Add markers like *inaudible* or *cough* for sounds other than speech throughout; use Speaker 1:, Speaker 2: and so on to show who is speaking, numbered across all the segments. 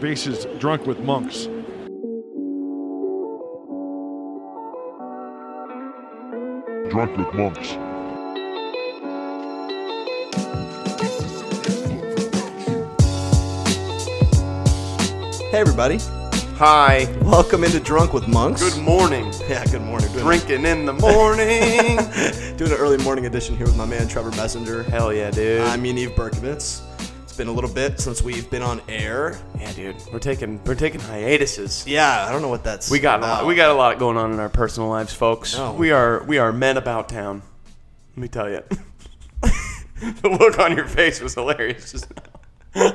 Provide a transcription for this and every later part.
Speaker 1: bases drunk with monks.
Speaker 2: Drunk with monks.
Speaker 3: Hey, everybody.
Speaker 4: Hi.
Speaker 3: Welcome into Drunk with Monks.
Speaker 4: Good morning.
Speaker 3: Yeah, good morning. Doing- *laughs*
Speaker 4: Drinking in the morning.
Speaker 3: Doing an early morning edition here with my man Trevor Messenger.
Speaker 4: Hell yeah, dude.
Speaker 3: I'm Yaniv Berkovitz. It's been a little bit since we've been on air.
Speaker 4: yeah, dude. We're taking we're taking hiatuses.
Speaker 3: Yeah, I don't know what that's.
Speaker 4: We got a lot,
Speaker 3: about.
Speaker 4: we got a lot going on in our personal lives, folks.
Speaker 3: Oh.
Speaker 4: We are we are men about town. Let me tell you. *laughs* the look on your face was hilarious. just now.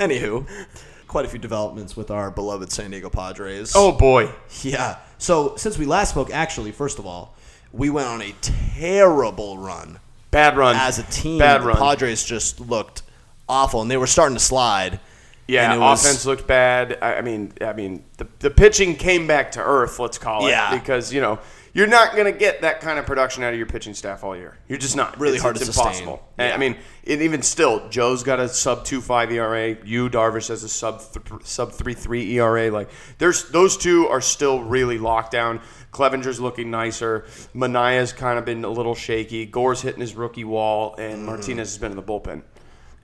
Speaker 3: Anywho, quite a few developments with our beloved San Diego Padres.
Speaker 4: Oh boy.
Speaker 3: yeah. So since we last spoke, actually, first of all, we went on a terrible run
Speaker 4: Bad run.
Speaker 3: as a team.
Speaker 4: Bad
Speaker 3: the
Speaker 4: run.
Speaker 3: Padres just looked awful, and they were starting to slide.
Speaker 4: yeah,
Speaker 3: and it was-
Speaker 4: offense looked bad. I, I mean, I mean, the, the pitching came back to earth. Let's call it.
Speaker 3: Yeah.
Speaker 4: Because you know you're not going to get that kind of production out of your pitching staff all year. You're just not.
Speaker 3: Really
Speaker 4: it's,
Speaker 3: hard
Speaker 4: it's
Speaker 3: to sustain.
Speaker 4: impossible. And, I mean, and even still, Joe's got a sub two five ERA. You Darvish has a sub th- sub three three ERA. Like there's those two are still really locked down. Clevenger's looking nicer. Manaya's kind of been a little shaky. Gore's hitting his rookie wall, and Martinez has been in the bullpen.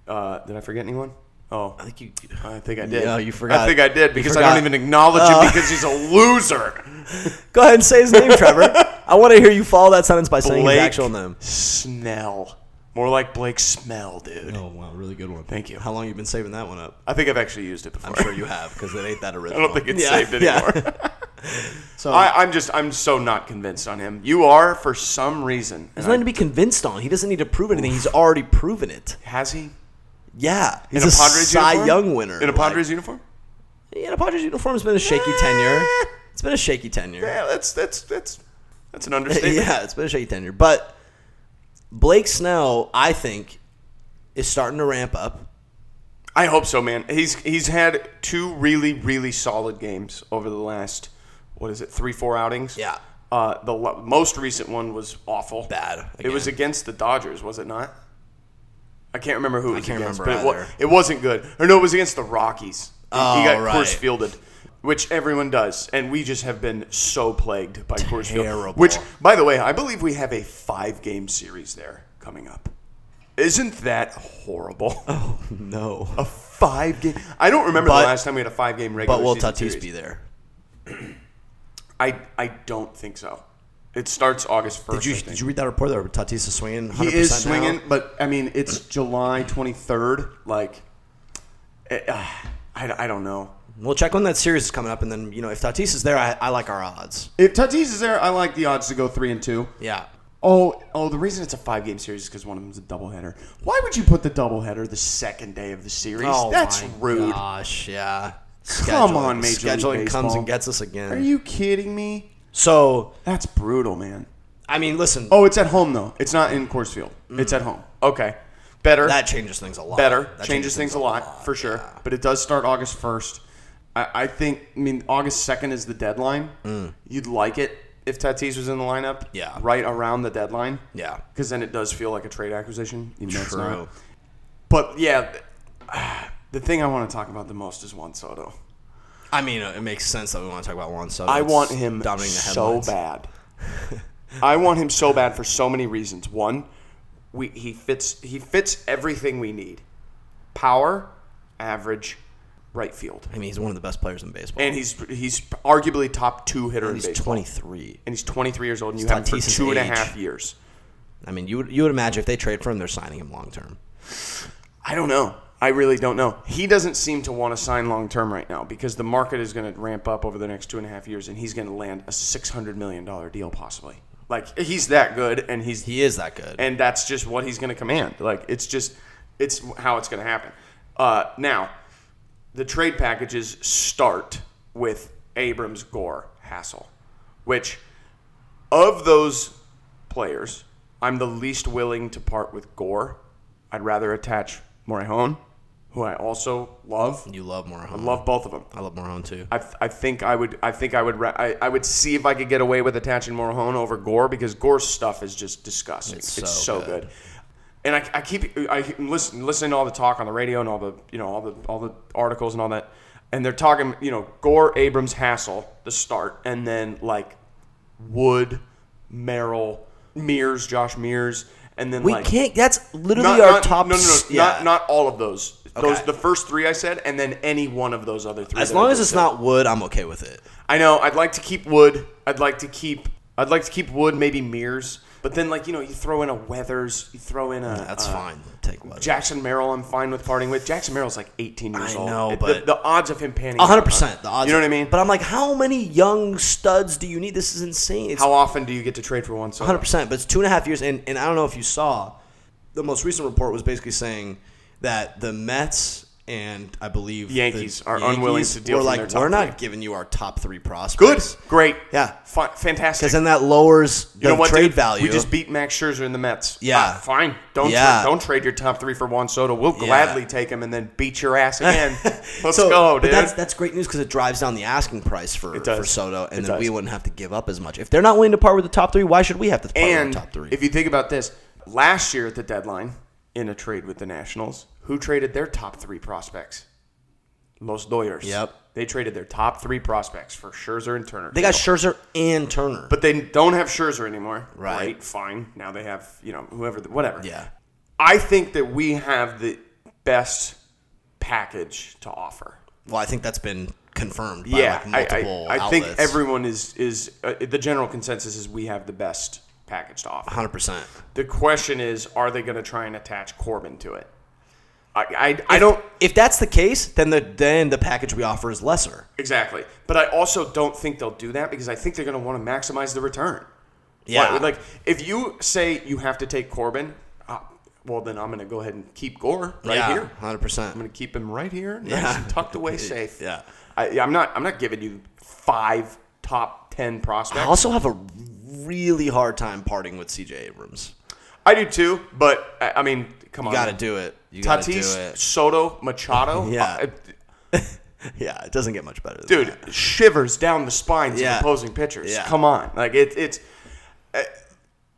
Speaker 4: Uh, did I forget anyone? Oh,
Speaker 3: I think you.
Speaker 4: I think I did.
Speaker 3: Yeah, you forgot.
Speaker 4: I think I did
Speaker 3: You
Speaker 4: because I don't
Speaker 3: forgot.
Speaker 4: even acknowledge
Speaker 3: Oh.
Speaker 4: him because he's a loser.
Speaker 3: Go ahead and say his name, Trevor. *laughs* I want to hear you follow that sentence by saying his actual name.
Speaker 4: Snell. More like Blake Smell, dude.
Speaker 3: Oh wow, really good one.
Speaker 4: Thank you.
Speaker 3: How long you been saving that one up?
Speaker 4: I think I've actually used it before.
Speaker 3: I'm sure you have because it ain't that original.
Speaker 4: *laughs* I don't think it's
Speaker 3: Yeah,
Speaker 4: saved
Speaker 3: yeah. *laughs*
Speaker 4: anymore.
Speaker 3: So
Speaker 4: I, I'm just, I'm so not convinced on him. You are for some reason.
Speaker 3: there's
Speaker 4: And I-
Speaker 3: nothing to be convinced on. He doesn't need to prove anything. He's already proven it.
Speaker 4: has he?
Speaker 3: Yeah,
Speaker 4: In
Speaker 3: he's a, Cy Young winner.
Speaker 4: In a
Speaker 3: Like,
Speaker 4: Padres uniform?
Speaker 3: yeah, in a Padres uniform has been a shaky tenure. It's been a shaky tenure.
Speaker 4: *laughs* Yeah, that's that's that's that's an
Speaker 3: *laughs*
Speaker 4: understatement.
Speaker 3: yeah, it's been a shaky tenure. But Blake Snell, I think, is starting to ramp up.
Speaker 4: I hope so, man. He's he's had two really really solid games over the last what is it three four outings.
Speaker 3: Yeah.
Speaker 4: Uh, the lo- most recent one was awful.
Speaker 3: Bad,
Speaker 4: It was against the Dodgers, was it not? I can't remember who it was
Speaker 3: can't
Speaker 4: against,
Speaker 3: remember
Speaker 4: but it,
Speaker 3: either.
Speaker 4: wa- it wasn't good. Or no, it was against the Rockies. He, he
Speaker 3: Oh,
Speaker 4: got
Speaker 3: right.
Speaker 4: Coors fielded, which everyone does, and we just have been so plagued by Coors
Speaker 3: Terrible.
Speaker 4: Field. Which, by the way, I believe we have a five game series there coming up. Isn't that horrible? *laughs*
Speaker 3: No,
Speaker 4: A five game. I don't remember
Speaker 3: But-
Speaker 4: the last time we had a five game regular.
Speaker 3: but will
Speaker 4: season
Speaker 3: Tatis
Speaker 4: series.
Speaker 3: be there?
Speaker 4: I I don't think so. It starts August first.
Speaker 3: Did you did you read that report that Tatis is swinging? 100%
Speaker 4: he is
Speaker 3: now?
Speaker 4: swinging, but I mean it's July twenty third. Like, eh, ah, I, I don't know.
Speaker 3: We'll check when that series is coming up, and then you know if Tatis is there, I, I like our odds.
Speaker 4: If Tatis is there, I like the odds to go three and two.
Speaker 3: Yeah,
Speaker 4: Oh, oh, the reason it's a five game series is because one of them's a doubleheader. Why would you put the doubleheader the second day of the series? That's
Speaker 3: Oh my
Speaker 4: rude.
Speaker 3: Gosh, yeah.
Speaker 4: Come on, Major League
Speaker 3: scheduling comes
Speaker 4: Baseball.
Speaker 3: and gets us again.
Speaker 4: Are you kidding me?
Speaker 3: so
Speaker 4: That's brutal, man.
Speaker 3: I mean, listen,
Speaker 4: Oh, it's at home though. It's not in Coors Field. It's at home. Okay, better.
Speaker 3: that changes things a lot.
Speaker 4: better
Speaker 3: That
Speaker 4: changes, things, a lot, for sure. But it does start August first. I, I think. I mean, August second is the deadline. You'd like it if Tatis was in the lineup.
Speaker 3: Yeah.
Speaker 4: Right around the deadline.
Speaker 3: Yeah.
Speaker 4: Because then it does feel like a trade acquisition. Even though it's not.
Speaker 3: True.
Speaker 4: But yeah, *sighs* th- the thing I want to talk about the most is Juan Soto.
Speaker 3: I mean, it makes sense that we want to talk about Juan Soto.
Speaker 4: I
Speaker 3: It's
Speaker 4: want him
Speaker 3: dominating the
Speaker 4: so
Speaker 3: headlines.
Speaker 4: bad. I want him so bad for so many reasons. One, we he fits he fits everything we need. Power, average, right field.
Speaker 3: I mean, he's one of the best players in baseball,
Speaker 4: And he's he's arguably top two hitter
Speaker 3: And
Speaker 4: in
Speaker 3: he's
Speaker 4: baseball.
Speaker 3: 23.
Speaker 4: And he's 23 years old and you
Speaker 3: It's
Speaker 4: have him for
Speaker 3: Tatis's
Speaker 4: two and a
Speaker 3: age.
Speaker 4: half years.
Speaker 3: I mean, you would you would imagine if they trade for him, they're signing him long term.
Speaker 4: I don't know. I really don't know. He doesn't seem to want to sign long term right now because the market is going to ramp up over the next two and a half years, and he's going to land a six hundred million dollar deal possibly. Like he's that good, and he's
Speaker 3: He is that good.
Speaker 4: and that's just what he's going to command. Like it's just it's how it's going to happen. Uh, now, the trade packages start with Abrams, Gore, Hassel, which of those players, I'm the least willing to part with Gore. I'd rather attach Morihone, who I also love.
Speaker 3: you love Morahone.
Speaker 4: I love both of them.
Speaker 3: I love Morahone too.
Speaker 4: I, I think I would I think I would ra- I, I would see if I could get away with attaching Morahone over Gore because Gore's stuff is just disgusting. It's,
Speaker 3: so
Speaker 4: so
Speaker 3: good.
Speaker 4: good. And I, I keep I listen listening to all the talk on the radio and all the you know all the all the articles and all that. and they're talking, you know, Gore, Abrams, Hassel, the start, and then like Wood, Merrill, Mears, Josh Mears, and then
Speaker 3: We
Speaker 4: like
Speaker 3: can't. That's literally
Speaker 4: not-
Speaker 3: our
Speaker 4: not-
Speaker 3: top.
Speaker 4: No, no, no,
Speaker 3: s- yeah.
Speaker 4: not not all of those. Those
Speaker 3: Okay.
Speaker 4: the first three I said, and then any one of those other Uh, three.
Speaker 3: as
Speaker 4: that I
Speaker 3: long as
Speaker 4: just
Speaker 3: it's
Speaker 4: said.
Speaker 3: not wood, I'm okay with it.
Speaker 4: I know. I'd like to keep Wood. I'd like to keep. I'd like to keep Wood. Maybe Mears. But then, like you know, you throw in a Weathers. You throw in a.
Speaker 3: That's
Speaker 4: uh,
Speaker 3: fine. Take what.
Speaker 4: Jackson Merrill, I'm fine with parting with. Jackson Merrill's like 18 years
Speaker 3: I
Speaker 4: old.
Speaker 3: know,
Speaker 4: It-
Speaker 3: but-
Speaker 4: the, the odds of him panning. out uh,
Speaker 3: hundred
Speaker 4: are-
Speaker 3: percent. The odds.
Speaker 4: You know what I mean?
Speaker 3: But I'm like, how many young studs do you need? This is insane. It's
Speaker 4: How often do you get to trade for one?
Speaker 3: hundred
Speaker 4: solo?
Speaker 3: percent. But it's two and a half years, and and I don't know if you saw, the most recent report was basically saying that the Mets and I believe the
Speaker 4: Yankees are unwilling to deal
Speaker 3: Were
Speaker 4: from
Speaker 3: like,
Speaker 4: their top
Speaker 3: we're not
Speaker 4: three."
Speaker 3: giving you our top three
Speaker 4: Good.
Speaker 3: prospects.
Speaker 4: Great.
Speaker 3: Yeah.
Speaker 4: Fi- fantastic.
Speaker 3: because then that lowers the
Speaker 4: you know what?
Speaker 3: trade
Speaker 4: dude?
Speaker 3: value.
Speaker 4: We just beat Max Scherzer in the Mets.
Speaker 3: Yeah.
Speaker 4: Ah, fine. Don't
Speaker 3: Yeah.
Speaker 4: tra- don't trade your top three for Juan Soto. We'll
Speaker 3: Yeah.
Speaker 4: gladly take him and then beat your
Speaker 3: *laughs*
Speaker 4: ass again. Let's
Speaker 3: So-
Speaker 4: go,
Speaker 3: But
Speaker 4: dude.
Speaker 3: that's that's great news because it drives down the asking price for,
Speaker 4: does.
Speaker 3: for Soto, and
Speaker 4: It
Speaker 3: then we
Speaker 4: does.
Speaker 3: wouldn't have to give up as much. If they're not willing to part with the top three, why should we have to part with
Speaker 4: and
Speaker 3: the top three?
Speaker 4: if you think about this, last year at the deadline in a trade with the Nationals, who traded their top three prospects? Los Doyers.
Speaker 3: Yep.
Speaker 4: They traded their top three prospects for Scherzer and Turner.
Speaker 3: they got Scherzer and Turner,
Speaker 4: but they don't have Scherzer anymore.
Speaker 3: Right.
Speaker 4: Great, fine. Now they have you know whoever, the, whatever.
Speaker 3: yeah,
Speaker 4: I think that we have the best package to offer.
Speaker 3: well, I think that's been confirmed. By
Speaker 4: yeah,
Speaker 3: like
Speaker 4: I-
Speaker 3: multiple
Speaker 4: I, I, think
Speaker 3: outlets.
Speaker 4: everyone is is uh, the general consensus is we have the best package to offer.
Speaker 3: hundred percent.
Speaker 4: The question is, are they going to try and attach Corbin to it? I I, I don't
Speaker 3: If that's the case, then the then the package we offer is lesser.
Speaker 4: exactly, but I also don't think they'll do that because I think they're going to want to maximize the return.
Speaker 3: Yeah,
Speaker 4: Why- like if you say you have to take Corbin, uh, well then I'm going to go ahead and keep Gore right here.
Speaker 3: hundred
Speaker 4: I'm
Speaker 3: percent.
Speaker 4: gonna keep him right here,
Speaker 3: *laughs*
Speaker 4: nice
Speaker 3: Yeah.
Speaker 4: and tucked away safe.
Speaker 3: Yeah.
Speaker 4: I, I'm not. I'm not giving you five top ten
Speaker 3: I
Speaker 4: prospects.
Speaker 3: also have a really hard time parting with C.J. Abrams.
Speaker 4: I do too, but I, I mean, come on,
Speaker 3: You got to do it. You got to do
Speaker 4: Tatis,
Speaker 3: it.
Speaker 4: Soto, Machado.
Speaker 3: *laughs* Yeah.
Speaker 4: Uh,
Speaker 3: Yeah, it *laughs* doesn't get much better. Than
Speaker 4: dude, shivers down the spines
Speaker 3: Yeah.
Speaker 4: of opposing pitchers.
Speaker 3: Yeah.
Speaker 4: Come on, like it, it's. uh,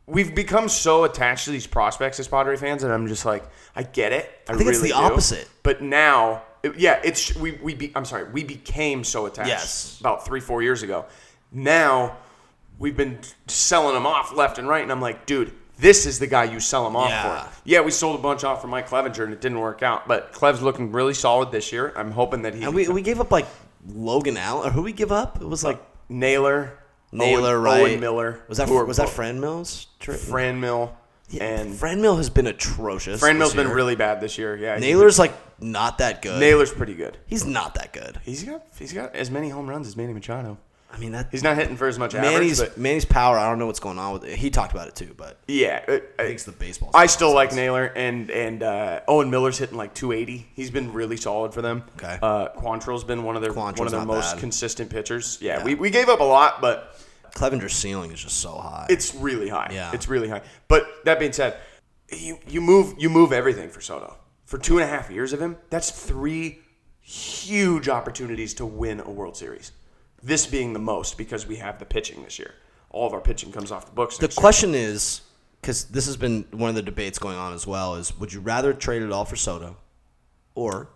Speaker 4: We've become so attached to these prospects as Padre fans, and I'm just like, I get it. I,
Speaker 3: think it's
Speaker 4: really
Speaker 3: the
Speaker 4: do.
Speaker 3: opposite.
Speaker 4: But now, it- yeah, it's we we be, I'm sorry, we became so attached.
Speaker 3: Yes.
Speaker 4: about three four years ago. Now, we've been selling them off left and right, and I'm like, dude, this is the guy you sell them off
Speaker 3: Yeah.
Speaker 4: for. Yeah, we sold a bunch off for Mike Clevenger, and it didn't work out. But Clev's looking really solid this year. I'm hoping that he
Speaker 3: And we, we gave up like Logan Allen, or who we give up? It was like
Speaker 4: Naylor,
Speaker 3: Naylor,
Speaker 4: Owen,
Speaker 3: right?
Speaker 4: Owen Miller.
Speaker 3: Was that
Speaker 4: who are
Speaker 3: was that
Speaker 4: both-
Speaker 3: Fran Mills? Tri-
Speaker 4: Fran Mill?
Speaker 3: Yeah,
Speaker 4: and Fran,
Speaker 3: Fran Mill has been atrocious.
Speaker 4: Mill's
Speaker 3: this
Speaker 4: been
Speaker 3: year.
Speaker 4: really bad this year. Yeah, he's-
Speaker 3: Naylor's like not that good.
Speaker 4: Naylor's pretty good.
Speaker 3: He's not that good.
Speaker 4: He's got he's got as many home runs as Manny Machado.
Speaker 3: I mean that
Speaker 4: He's not hitting for as much
Speaker 3: Manny's
Speaker 4: average, but
Speaker 3: Manny's power. I don't know what's going on with it. He talked about it too, but
Speaker 4: yeah, it-
Speaker 3: I think it's the baseball.
Speaker 4: I still like Naylor and and uh, Owen Miller's hitting like 280. He's been really solid for them.
Speaker 3: Okay.
Speaker 4: Uh, Quantrill's been one of their one
Speaker 3: Quantrill's
Speaker 4: of their
Speaker 3: not
Speaker 4: most
Speaker 3: bad.
Speaker 4: consistent pitchers. Yeah, We, we gave up a lot, but
Speaker 3: Clevenger's ceiling is just so high.
Speaker 4: it's really high.
Speaker 3: Yeah.
Speaker 4: It's really high. But that being said, you you move you move everything for Soto for two and a half years of him. That's three huge opportunities to win a World Series. This being the most because we have the pitching this year. All of our pitching comes off the books.
Speaker 3: the
Speaker 4: next year.
Speaker 3: question is because this has been one of the debates going on as well is would you rather trade it all for Soto or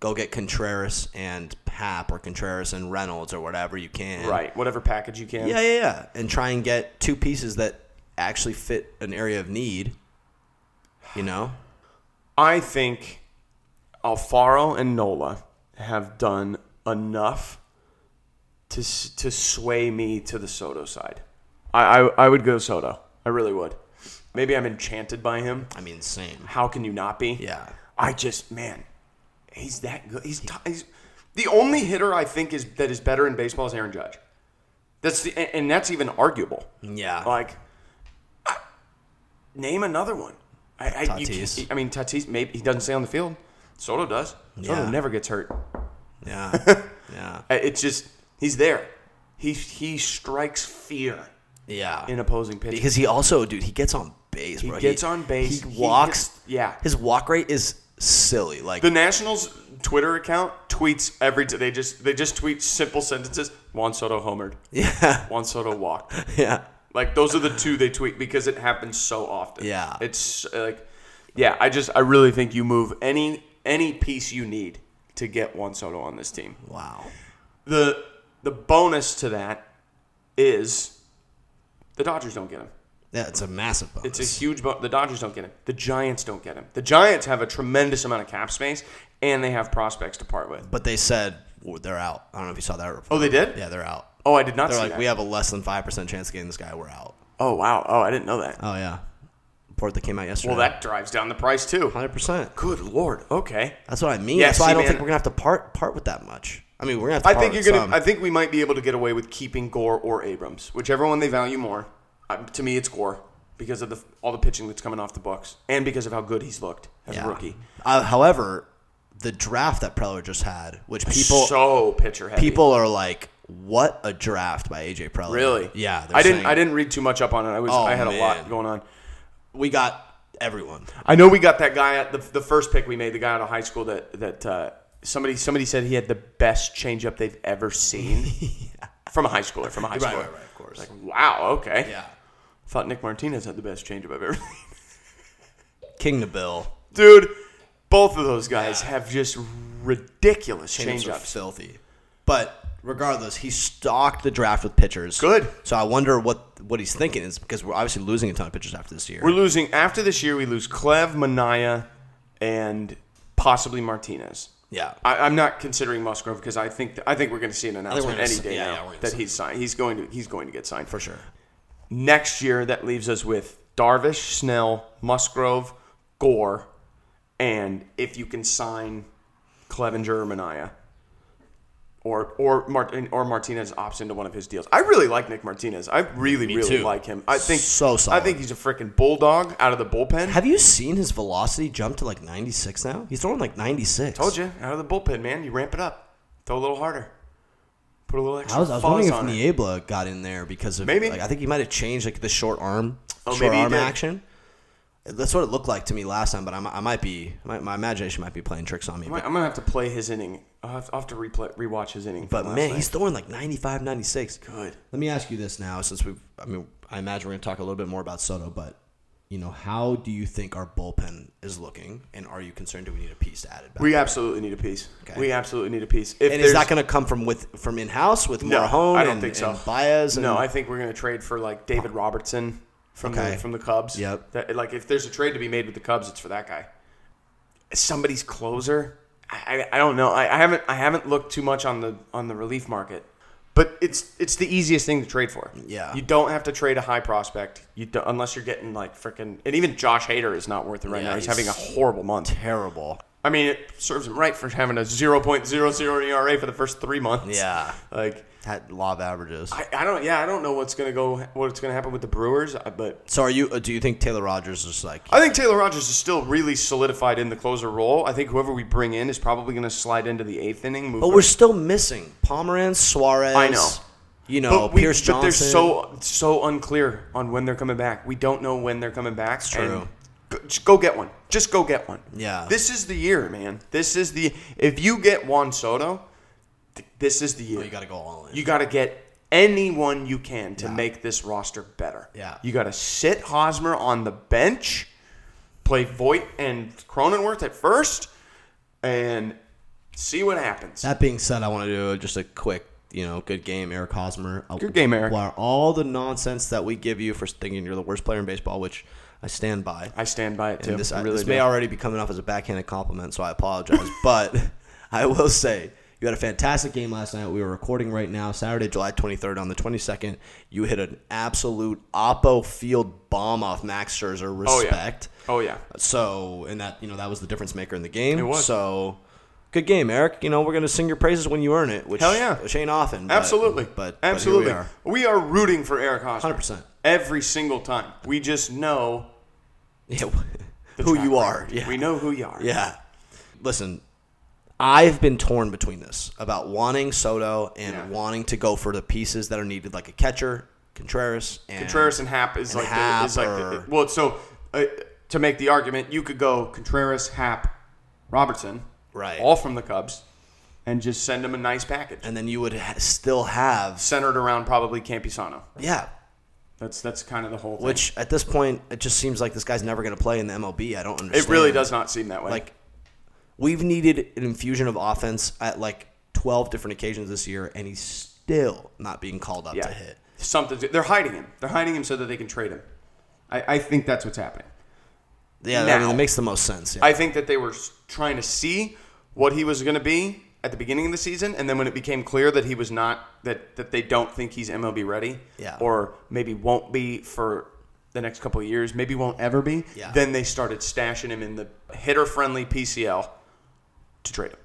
Speaker 3: go get Contreras and Pap or Contreras and Reynolds or whatever you can?
Speaker 4: right? Whatever package you can.
Speaker 3: Yeah, yeah, yeah. And try and get two pieces that actually fit an area of need. You know?
Speaker 4: I think Alfaro and Nola have done enough to s- to sway me to the Soto side. I, I I would go Soto. I really would. Maybe I'm enchanted by him.
Speaker 3: I mean, same.
Speaker 4: How can you not be?
Speaker 3: Yeah.
Speaker 4: I just man, he's that good. He's, t- he's the only hitter I think is that is better in baseball is Aaron Judge. That's the and, and that's even arguable.
Speaker 3: Yeah.
Speaker 4: Like, I, name another one. I, I, you
Speaker 3: Tatis.
Speaker 4: can't- I mean, Tatis. Maybe he doesn't stay on the field. Soto does. Soto
Speaker 3: Yeah.
Speaker 4: never gets hurt.
Speaker 3: Yeah.
Speaker 4: *laughs*
Speaker 3: yeah.
Speaker 4: I- It's just he's there. He he strikes fear
Speaker 3: Yeah.
Speaker 4: in opposing pitchers.
Speaker 3: because he also, dude, he gets on base, bro.
Speaker 4: gets on base.
Speaker 3: He
Speaker 4: He
Speaker 3: walks.
Speaker 4: hits- yeah.
Speaker 3: His walk rate is silly. Like,
Speaker 4: the Nationals Twitter account tweets every day. They just they just tweet simple sentences. Juan Soto homered.
Speaker 3: *laughs* yeah.
Speaker 4: Juan Soto walked.
Speaker 3: *laughs* Yeah.
Speaker 4: Like those are the two they tweet because it happens so often.
Speaker 3: Yeah.
Speaker 4: it's uh, like, yeah. I just I really think you move any any piece you need to get Juan Soto on this team.
Speaker 3: Wow.
Speaker 4: The the bonus to that is the Dodgers don't get him.
Speaker 3: Yeah, it's a massive bonus.
Speaker 4: It's a huge bo- the Dodgers don't get him. The Giants don't get him. The Giants have a tremendous amount of cap space and they have prospects to part with.
Speaker 3: but they said well, they're out. I don't know if you saw that report.
Speaker 4: Oh, they did?
Speaker 3: Yeah, they're out.
Speaker 4: Oh, I did not
Speaker 3: They're
Speaker 4: see
Speaker 3: like,
Speaker 4: that.
Speaker 3: we have a less than 5% chance of getting this guy. We're out.
Speaker 4: oh, wow. Oh, I didn't know that.
Speaker 3: Oh, yeah. Report that came out yesterday.
Speaker 4: Well, that drives down the price too.
Speaker 3: 100%.
Speaker 4: Good lord. Okay.
Speaker 3: That's what I mean.
Speaker 4: Yeah,
Speaker 3: That's why
Speaker 4: see,
Speaker 3: I don't
Speaker 4: man.
Speaker 3: think we're gonna have to part part with that much. I mean, we're gonna have to.
Speaker 4: I
Speaker 3: part
Speaker 4: think you're
Speaker 3: with some.
Speaker 4: gonna. I think we might be able to get away with keeping Gore or Abrams, whichever one they value more. Uh, to me, it's Gore because of the all the pitching that's coming off the books, and because of how good he's looked as
Speaker 3: Yeah.
Speaker 4: a rookie.
Speaker 3: Uh, however, the draft that Preller just had, which people
Speaker 4: so pitcher heavy.
Speaker 3: people are like, "What a draft by AJ Preller!"
Speaker 4: really.
Speaker 3: Yeah, they're
Speaker 4: I didn't.
Speaker 3: saying,
Speaker 4: I didn't read too much up on it. I was.
Speaker 3: Oh,
Speaker 4: I had a lot
Speaker 3: man.
Speaker 4: going on.
Speaker 3: We got everyone.
Speaker 4: I know we got that guy at the, the first pick we made, the guy out of high school that that uh, somebody somebody said he had the best changeup they've
Speaker 3: *laughs*
Speaker 4: ever seen from a high schooler. From a high schooler,
Speaker 3: Right, right, right. Of course.
Speaker 4: Like wow, okay.
Speaker 3: yeah.
Speaker 4: Thought Nick Martinez had the best changeup I've ever.
Speaker 3: King to Bill.
Speaker 4: Dude, both of those guys have just ridiculous
Speaker 3: Change up
Speaker 4: changeups.
Speaker 3: filthy. But regardless, he stocked the draft with pitchers.
Speaker 4: Good.
Speaker 3: So I wonder what what he's thinking is because we're obviously losing a ton of pitchers after this year.
Speaker 4: We're losing after this year. We lose Clev, Manaya, and possibly Martinez.
Speaker 3: yeah.
Speaker 4: I, I'm not considering Musgrove because I think I think we're going to see an announcement
Speaker 3: gonna
Speaker 4: any
Speaker 3: see-
Speaker 4: day
Speaker 3: yeah, yeah,
Speaker 4: now
Speaker 3: we're gonna
Speaker 4: that
Speaker 3: see.
Speaker 4: he's signed. He's going to he's going to get signed
Speaker 3: for sure.
Speaker 4: next year. That leaves us with Darvish, Snell, Musgrove, Gore, and if you can sign Clevenger or Manaya. Or or Martin or Martinez opts into one of his deals. I really like Nick Martinez. I really really
Speaker 3: too.
Speaker 4: like him. I think
Speaker 3: So
Speaker 4: I
Speaker 3: solid.
Speaker 4: think he's a freaking bulldog out of the bullpen.
Speaker 3: Have you seen his velocity jump to like 96 now? He's throwing like 96.
Speaker 4: Told you out of the bullpen, man. You ramp it up, throw a little harder, put a little extra
Speaker 3: I was, I was
Speaker 4: fuzz
Speaker 3: wondering if
Speaker 4: on it.
Speaker 3: Niebla got in there because of
Speaker 4: Maybe.
Speaker 3: Like, I think he might have changed like the short arm,
Speaker 4: Oh,
Speaker 3: short
Speaker 4: maybe he
Speaker 3: arm
Speaker 4: did.
Speaker 3: action. That's what it looked like to me last time, but I, mi- I might be my, my imagination might be playing tricks on me.
Speaker 4: I'm
Speaker 3: But,
Speaker 4: gonna have to play his inning. I'll have, I'll have to replay rewatch his inning.
Speaker 3: but
Speaker 4: from last
Speaker 3: man,
Speaker 4: night.
Speaker 3: he's throwing like 95, 96.
Speaker 4: good.
Speaker 3: Let me ask you this now, since we've, I mean, I imagine we're going to talk a little bit more about Soto, but, you know, how do you think our bullpen is looking? And are you concerned? Do we need a piece added back?
Speaker 4: We absolutely need a piece.
Speaker 3: Okay.
Speaker 4: We absolutely need a piece.
Speaker 3: and
Speaker 4: If
Speaker 3: is
Speaker 4: there's-
Speaker 3: that going to come from with from in house with
Speaker 4: no,
Speaker 3: more home?
Speaker 4: I don't
Speaker 3: and,
Speaker 4: think so.
Speaker 3: And Baez. And,
Speaker 4: no, I think we're gonna trade for like David Robertson from
Speaker 3: Okay.
Speaker 4: the, from the Cubs.
Speaker 3: Yep.
Speaker 4: That, like if there's a trade to be made with the Cubs, it's for that guy. Somebody's closer. I, I I don't know. I, I haven't I haven't looked too much on the on the relief market. But it's it's the easiest thing to trade for.
Speaker 3: Yeah.
Speaker 4: You don't have to trade a high prospect. You do, unless you're getting like freaking and even Josh Hader is not worth it right
Speaker 3: Yeah,
Speaker 4: now. He's,
Speaker 3: he's
Speaker 4: having a horrible month.
Speaker 3: terrible.
Speaker 4: I mean, it serves him right for having a 0.00 ERA E for the first 3 months.
Speaker 3: Yeah,
Speaker 4: Like
Speaker 3: had law of averages.
Speaker 4: I, I don't. Yeah, I don't know what's gonna go. What's gonna happen with the Brewers? uh, But
Speaker 3: so are you? uh, Do you think Taylor Rogers is like?
Speaker 4: I think Taylor Rogers is still really solidified in the closer role. I think whoever we bring in is probably gonna slide into the eighth inning. Move
Speaker 3: But we're still missing Pomeranz, Suarez.
Speaker 4: I know.
Speaker 3: You know,
Speaker 4: But we-
Speaker 3: Pierce
Speaker 4: but
Speaker 3: Johnson.
Speaker 4: they're so so unclear on when they're coming back. We don't know when they're coming back. It's
Speaker 3: true.
Speaker 4: Go, just go get one. Just go get one.
Speaker 3: Yeah.
Speaker 4: This is the year, man. This is the if you get Juan Soto, th- this is the year.
Speaker 3: Oh, you got to go all in.
Speaker 4: You got to get anyone you can to make this roster better.
Speaker 3: Yeah.
Speaker 4: You got to sit Hosmer on the bench, play Voigt and Cronenworth at first, and see what happens.
Speaker 3: that being said, I want to do just a quick, you know, good game, Eric Hosmer. Good
Speaker 4: game, Eric.
Speaker 3: While all the nonsense that we give you for thinking you're the worst player in baseball, which I stand by.
Speaker 4: I stand by it too.
Speaker 3: And this,
Speaker 4: I
Speaker 3: I-
Speaker 4: really
Speaker 3: this
Speaker 4: do. Oh,
Speaker 3: may already be coming off as a backhanded compliment, so I
Speaker 4: *laughs*
Speaker 3: apologize. but I will say you had a fantastic game last night. We are recording right now, Saturday, July 23rd. On the 22nd, you hit an absolute oppo field bomb off Max Scherzer.
Speaker 4: Oh, yeah.
Speaker 3: Respect.
Speaker 4: Oh yeah.
Speaker 3: So, and that you know that was the difference maker in the game. It
Speaker 4: was.
Speaker 3: So, good game, Eric. You know we're gonna sing your praises when you earn it. Which
Speaker 4: Hell yeah.
Speaker 3: which ain't often. but-
Speaker 4: Absolutely.
Speaker 3: But, but
Speaker 4: absolutely.
Speaker 3: here we are.
Speaker 4: we, are. rooting for Eric Hosmer.
Speaker 3: 100%.
Speaker 4: Every single time. We just know
Speaker 3: *laughs* Yeah.
Speaker 4: the
Speaker 3: who
Speaker 4: track
Speaker 3: you are.
Speaker 4: record.
Speaker 3: Yeah.
Speaker 4: We know who you are.
Speaker 3: Yeah. Listen, I've been torn between this about wanting Soto and
Speaker 4: Yeah.
Speaker 3: wanting to go for the pieces that are needed, like a catcher, Contreras, and
Speaker 4: Contreras and Hap is
Speaker 3: and
Speaker 4: like the,
Speaker 3: Happ
Speaker 4: is like the,
Speaker 3: or-
Speaker 4: well. So uh, to make the argument, you could go Contreras, Hap, Robertson,
Speaker 3: Right.
Speaker 4: all from the Cubs, and just send them a nice package
Speaker 3: and then you would ha- still have
Speaker 4: centered around probably Campisano.
Speaker 3: yeah.
Speaker 4: That's that's kind of the whole thing.
Speaker 3: Which at this point, it just seems like this guy's never going to play in the MLB. I don't understand.
Speaker 4: it really does not seem that way.
Speaker 3: Like, We've needed an infusion of offense at like 12 different occasions this year, and he's still not being called up
Speaker 4: Yeah.
Speaker 3: to hit.
Speaker 4: Something's they're hiding him. They're hiding him so that they can trade him. I, I think that's what's happening.
Speaker 3: Yeah, I mean,
Speaker 4: Now.
Speaker 3: it makes the most sense. Yeah.
Speaker 4: I think that they were s- trying to see what he was going to be at the beginning of the season, and then when it became clear that he was not that that they don't think he's MLB ready,
Speaker 3: Yeah.
Speaker 4: or maybe won't be for the next couple of years, maybe won't ever be.
Speaker 3: Yeah.
Speaker 4: Then they started stashing him in the hitter-friendly PCL to trade him.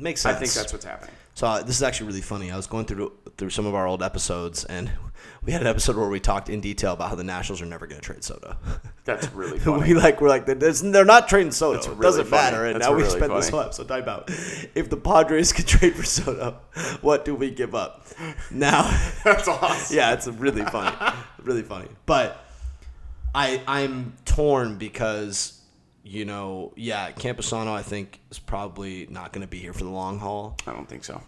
Speaker 3: makes
Speaker 4: I
Speaker 3: sense.
Speaker 4: think that's what's happening.
Speaker 3: So uh, this is actually really funny. I was going through through some of our old episodes, and *laughs* we had an episode where we talked in detail about how the Nationals are never going to trade Soto. *laughs*
Speaker 4: That's really
Speaker 3: we
Speaker 4: funny.
Speaker 3: like we're like there's- they're not trading Soto.
Speaker 4: really
Speaker 3: it doesn't
Speaker 4: funny.
Speaker 3: matter. And
Speaker 4: That's
Speaker 3: now we
Speaker 4: really
Speaker 3: spent this
Speaker 4: funny.
Speaker 3: whole episode talking about if the Padres *laughs* could trade for Soto, what do we give up? Now
Speaker 4: *laughs*
Speaker 3: *laughs*
Speaker 4: that's awesome.
Speaker 3: yeah, it's really funny, really funny. But I I'm torn because you know yeah, Camposano I think is probably not going to be here for the long haul.
Speaker 4: I don't think so.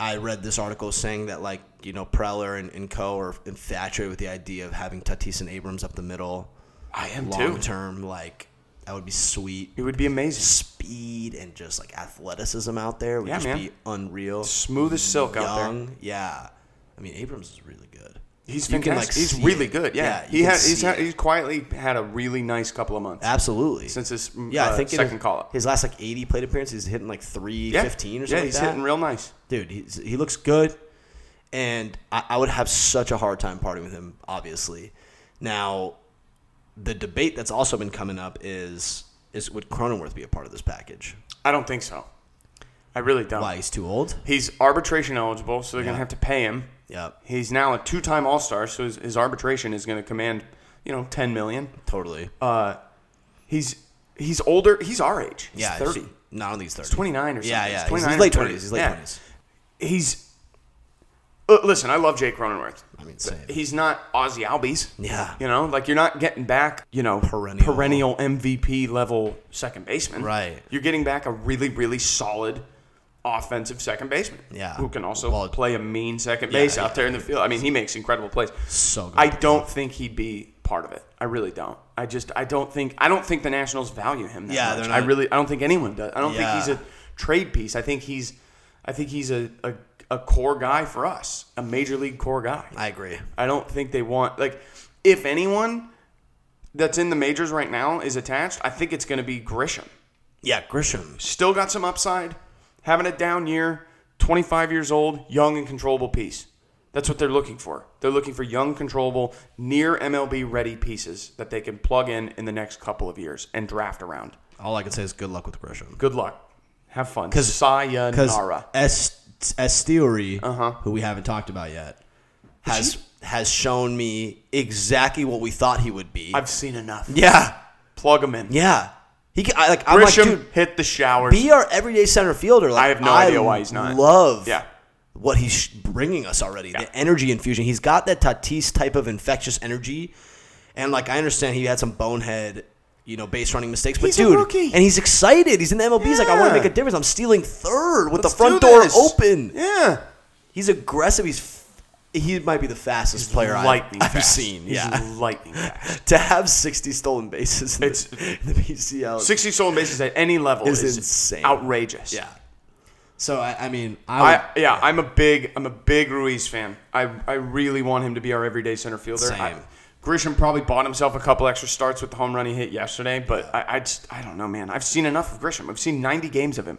Speaker 3: I read this article saying that like you know Preller and, and Co are infatuated with the idea of having Tatis and Abrams up the middle
Speaker 4: I am
Speaker 3: long
Speaker 4: too.
Speaker 3: term. Like that would be sweet.
Speaker 4: It would be amazing.
Speaker 3: Speed and just like athleticism out there would
Speaker 4: Yeah,
Speaker 3: just
Speaker 4: man.
Speaker 3: be unreal.
Speaker 4: Smooth as silk out there.
Speaker 3: Young, yeah. I mean Abrams is really good.
Speaker 4: He's
Speaker 3: You can,
Speaker 4: fantastic.
Speaker 3: like,
Speaker 4: he's
Speaker 3: see
Speaker 4: really
Speaker 3: it.
Speaker 4: good. Yeah,
Speaker 3: you
Speaker 4: he
Speaker 3: can
Speaker 4: has. He's,
Speaker 3: see
Speaker 4: ha-
Speaker 3: it.
Speaker 4: he's quietly had a really nice couple of months
Speaker 3: Absolutely.
Speaker 4: since his mm,
Speaker 3: yeah,
Speaker 4: uh,
Speaker 3: I think in
Speaker 4: second
Speaker 3: his-
Speaker 4: call up.
Speaker 3: His last like 80 plate appearances, he's hitting like 315
Speaker 4: yeah.
Speaker 3: or something.
Speaker 4: Yeah, he's
Speaker 3: like that.
Speaker 4: hitting real nice.
Speaker 3: Dude, he's, he looks good, and I, I would have such a hard time parting with him. Obviously, now the debate that's also been coming up is is would Cronenworth be a part of this package?
Speaker 4: I don't think so. I really don't.
Speaker 3: Why he's too old?
Speaker 4: He's arbitration eligible, so they're
Speaker 3: Yeah.
Speaker 4: gonna have to pay him.
Speaker 3: Yep,
Speaker 4: He's now a two-time All-Star, so his, his arbitration is gonna command, you know, ten million.
Speaker 3: totally.
Speaker 4: He's he's older. He's our age. He's
Speaker 3: yeah,
Speaker 4: thirty.
Speaker 3: Not only he's thirty.
Speaker 4: 29
Speaker 3: Yeah,
Speaker 4: or something.
Speaker 3: yeah.
Speaker 4: He's
Speaker 3: He's,
Speaker 4: 29 or
Speaker 3: late
Speaker 4: 30.
Speaker 3: twenties. He's late
Speaker 4: Yeah.
Speaker 3: twenties.
Speaker 4: He's. Uh, listen, I love Jake Cronenworth.
Speaker 3: I mean, same.
Speaker 4: He's not Ozzy Albies.
Speaker 3: Yeah.
Speaker 4: You know, like you're not getting back, you know,
Speaker 3: Perennial.
Speaker 4: perennial MVP level second baseman.
Speaker 3: Right.
Speaker 4: You're getting back a really, really solid offensive second baseman.
Speaker 3: Yeah.
Speaker 4: Who can also
Speaker 3: Well-
Speaker 4: play a mean second base
Speaker 3: yeah.
Speaker 4: out there in the field. I mean, he makes incredible plays.
Speaker 3: So good.
Speaker 4: I don't think he'd be part of it. I really don't. I just I don't think I don't think the Nationals value him that
Speaker 3: Yeah,
Speaker 4: much.
Speaker 3: they're
Speaker 4: I
Speaker 3: not-
Speaker 4: really I don't think anyone does. I don't
Speaker 3: Yeah.
Speaker 4: think he's a trade piece. I think he's I think he's a, a, a core guy for us. A major league core guy.
Speaker 3: I agree.
Speaker 4: I don't think they want like if anyone that's in the majors right now is attached, I think it's going to be Grisham.
Speaker 3: Yeah, Grisham.
Speaker 4: Still got some upside, having a down year, 25 years old, young and controllable piece. That's what they're looking for. They're looking for young, controllable, near MLB ready pieces that they can plug in in the next couple of years and draft around.
Speaker 3: All I can say is good luck with Grisham.
Speaker 4: Good luck. Have fun.
Speaker 3: Because- Because
Speaker 4: Sayonara.
Speaker 3: S S Theory,
Speaker 4: Uh-huh.
Speaker 3: who we haven't talked about yet, has has shown me exactly what we thought he would be.
Speaker 4: I've seen enough.
Speaker 3: yeah,
Speaker 4: Plug him in.
Speaker 3: yeah. He can, I, like I'm
Speaker 4: Grisham
Speaker 3: like dude,
Speaker 4: hit the showers.
Speaker 3: be our everyday center fielder. Like,
Speaker 4: I have no idea why he's not.
Speaker 3: Love
Speaker 4: Yeah.
Speaker 3: what he's bringing us already. The energy infusion. He's got that Tatis type of infectious energy, and like I understand he had some bonehead. You know, base running mistakes, but
Speaker 4: He's a
Speaker 3: dude,
Speaker 4: rookie.
Speaker 3: and he's excited. He's in the MLB. He's like, I want to
Speaker 4: Yeah.
Speaker 3: make a difference. I'm stealing third with
Speaker 4: Let's
Speaker 3: the front
Speaker 4: do
Speaker 3: door
Speaker 4: this.
Speaker 3: open.
Speaker 4: Yeah.
Speaker 3: He's aggressive. He's f- he might be the fastest player I've,
Speaker 4: lightning
Speaker 3: I've
Speaker 4: fast.
Speaker 3: seen.
Speaker 4: He's
Speaker 3: Yeah,
Speaker 4: lightning
Speaker 3: *laughs*
Speaker 4: fast.
Speaker 3: to have sixty stolen bases in
Speaker 4: It's-
Speaker 3: the, *laughs* in the PCL,
Speaker 4: 60 stolen bases at any level
Speaker 3: Is
Speaker 4: is,
Speaker 3: insane.
Speaker 4: outrageous.
Speaker 3: yeah. So I, I mean, I,
Speaker 4: I, Oh, yeah, I'm a big I'm a big Ruiz fan. I, I really want him to be our everyday center fielder. I,
Speaker 3: Same.
Speaker 4: Grisham probably bought himself a couple extra starts with the home run he hit yesterday, but I I, just, I don't know, man. I've seen enough of Grisham. I've seen 90 games of him.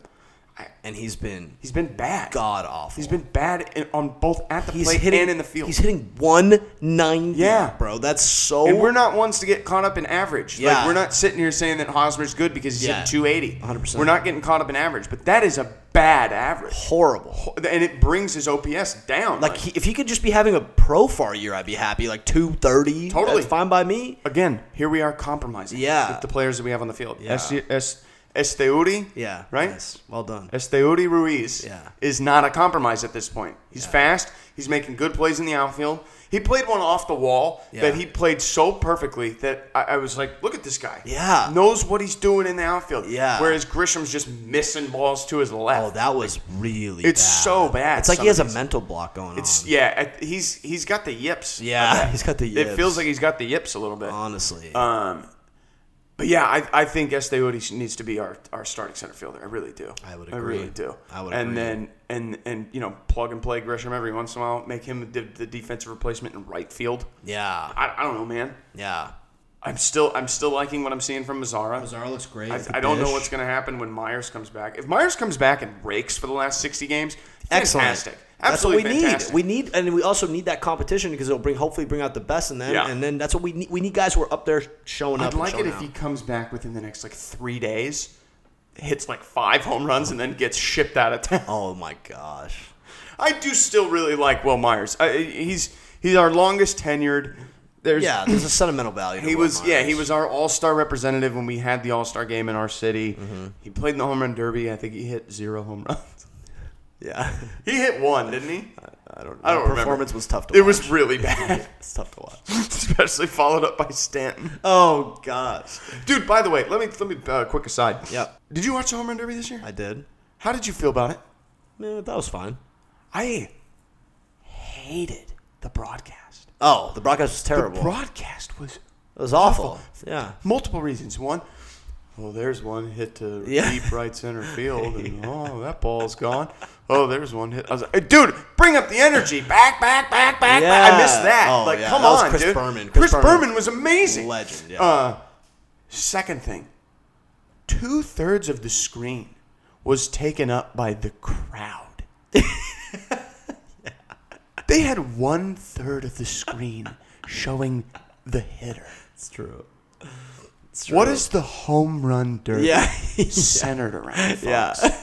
Speaker 3: and he's been
Speaker 4: He's been bad.
Speaker 3: god awful.
Speaker 4: He's been bad in, on both at the plate and in the field.
Speaker 3: He's hitting one ninety.
Speaker 4: Yeah.
Speaker 3: bro, that's so.
Speaker 4: and we're not ones to get caught up in average.
Speaker 3: Yeah.
Speaker 4: Like we're not sitting here saying that Hosmer's good because he's
Speaker 3: Yeah.
Speaker 4: hitting 280.
Speaker 3: 100%.
Speaker 4: We're not getting caught up in average, but that is a bad average.
Speaker 3: horrible.
Speaker 4: and it brings his OPS down.
Speaker 3: Like he, if he could just be having a profar year, I'd be happy. Like two thirty,
Speaker 4: Totally.
Speaker 3: that's fine by me.
Speaker 4: again, here we are compromising.
Speaker 3: Yeah.
Speaker 4: with the players that we have on the field.
Speaker 3: Yeah.
Speaker 4: Es- Es- Esteudi,
Speaker 3: Yeah,
Speaker 4: right.
Speaker 3: Yes. Well done.
Speaker 4: Esteudi Ruiz
Speaker 3: Yeah.
Speaker 4: is not a compromise at this point. He's fast. He's making good plays in the outfield. He played one off the wall
Speaker 3: Yeah.
Speaker 4: that he played so perfectly that I, I was like, look at this guy.
Speaker 3: Yeah.
Speaker 4: Knows what he's doing in the outfield.
Speaker 3: Yeah.
Speaker 4: Whereas Grisham's just missing balls to his left.
Speaker 3: Oh, that was really.
Speaker 4: It's
Speaker 3: bad.
Speaker 4: so bad,
Speaker 3: It's like
Speaker 4: some
Speaker 3: he has a
Speaker 4: of these.
Speaker 3: mental block going
Speaker 4: It's
Speaker 3: on.
Speaker 4: yeah, I- he's he's got the yips.
Speaker 3: Yeah,
Speaker 4: I bet.
Speaker 3: *laughs* he's got the
Speaker 4: It
Speaker 3: yips.
Speaker 4: feels like he's got the yips a little bit.
Speaker 3: honestly.
Speaker 4: Um, but But yeah, I, I think Estevody needs to be our, our starting center fielder. I really do.
Speaker 3: I would
Speaker 4: I
Speaker 3: agree.
Speaker 4: really do.
Speaker 3: I would
Speaker 4: And
Speaker 3: agree.
Speaker 4: then and and you know plug and play Gresham every once in a while. Make him the, the defensive replacement in right field.
Speaker 3: Yeah,
Speaker 4: I, I don't know, man.
Speaker 3: yeah.
Speaker 4: I'm still I'm still liking what I'm seeing from Mazzara.
Speaker 3: Mazzara looks great.
Speaker 4: I,
Speaker 3: with the
Speaker 4: I don't know
Speaker 3: dish.
Speaker 4: what's going to happen when Myers comes back. If Myers comes back and rakes for the last 60 games,
Speaker 3: Excellent.
Speaker 4: fantastic.
Speaker 3: That's what
Speaker 4: Absolutely
Speaker 3: we
Speaker 4: fantastic.
Speaker 3: need. We need, and we also need that competition because it'll bring hopefully bring out the best in them.
Speaker 4: Yeah.
Speaker 3: And then that's what we need. We need guys who are up there showing up.
Speaker 4: I'd
Speaker 3: and
Speaker 4: like it
Speaker 3: showing
Speaker 4: if
Speaker 3: out.
Speaker 4: he comes back within the next like three days, hits like five home runs, and then gets shipped out of town.
Speaker 3: Oh my gosh.
Speaker 4: I do still really like Will Myers. I, he's he's our longest tenured. There's
Speaker 3: Yeah, there's a sentimental value. To
Speaker 4: He
Speaker 3: Will
Speaker 4: was yeah
Speaker 3: Myers.
Speaker 4: he was our All Star representative when we had the All Star game in our city. He played in the home run derby. I think he hit zero home runs.
Speaker 3: Yeah,
Speaker 4: *laughs*
Speaker 3: *laughs*
Speaker 4: He hit one, didn't he?
Speaker 3: I don't. Know.
Speaker 4: I don't remember.
Speaker 3: Performance was tough to.
Speaker 4: It
Speaker 3: watch.
Speaker 4: was *laughs* really bad,
Speaker 3: It's tough to watch.
Speaker 4: especially followed up by Stanton.
Speaker 3: Oh gosh.
Speaker 4: Dude, by the way, let me let me uh, quick aside.
Speaker 3: Yep.
Speaker 4: Did you watch the home run derby this year?
Speaker 3: I did.
Speaker 4: How did you feel about it?
Speaker 3: Yeah, that was fine.
Speaker 4: I hated the broadcast.
Speaker 3: Oh, the broadcast was terrible.
Speaker 4: The broadcast was
Speaker 3: it was awful. Yeah.
Speaker 4: multiple reasons. One, well, there's one hit to
Speaker 3: *laughs* Yeah.
Speaker 4: deep right center field, and
Speaker 3: *laughs*
Speaker 4: oh, that ball's gone. Oh, there's one hit. I was like, "Hey, dude, bring up the energy. Back, back, back, back. back. I missed
Speaker 3: Yeah.
Speaker 4: that.
Speaker 3: Oh,
Speaker 4: like,
Speaker 3: yeah.
Speaker 4: come
Speaker 3: That was
Speaker 4: on,
Speaker 3: Chris
Speaker 4: dude.
Speaker 3: Berman. Chris
Speaker 4: Chris, Berman.
Speaker 3: Berman.
Speaker 4: was amazing.
Speaker 3: Legend, yeah.
Speaker 4: Uh, second thing, two thirds of the screen was taken up by
Speaker 3: *laughs*
Speaker 4: the crowd. They had one third of the screen showing the hitter.
Speaker 3: It's true. It's
Speaker 4: What
Speaker 3: true.
Speaker 4: is the home run derby
Speaker 3: Yeah. *laughs*
Speaker 4: *laughs* centered around? *laughs* Folks?
Speaker 3: Yeah.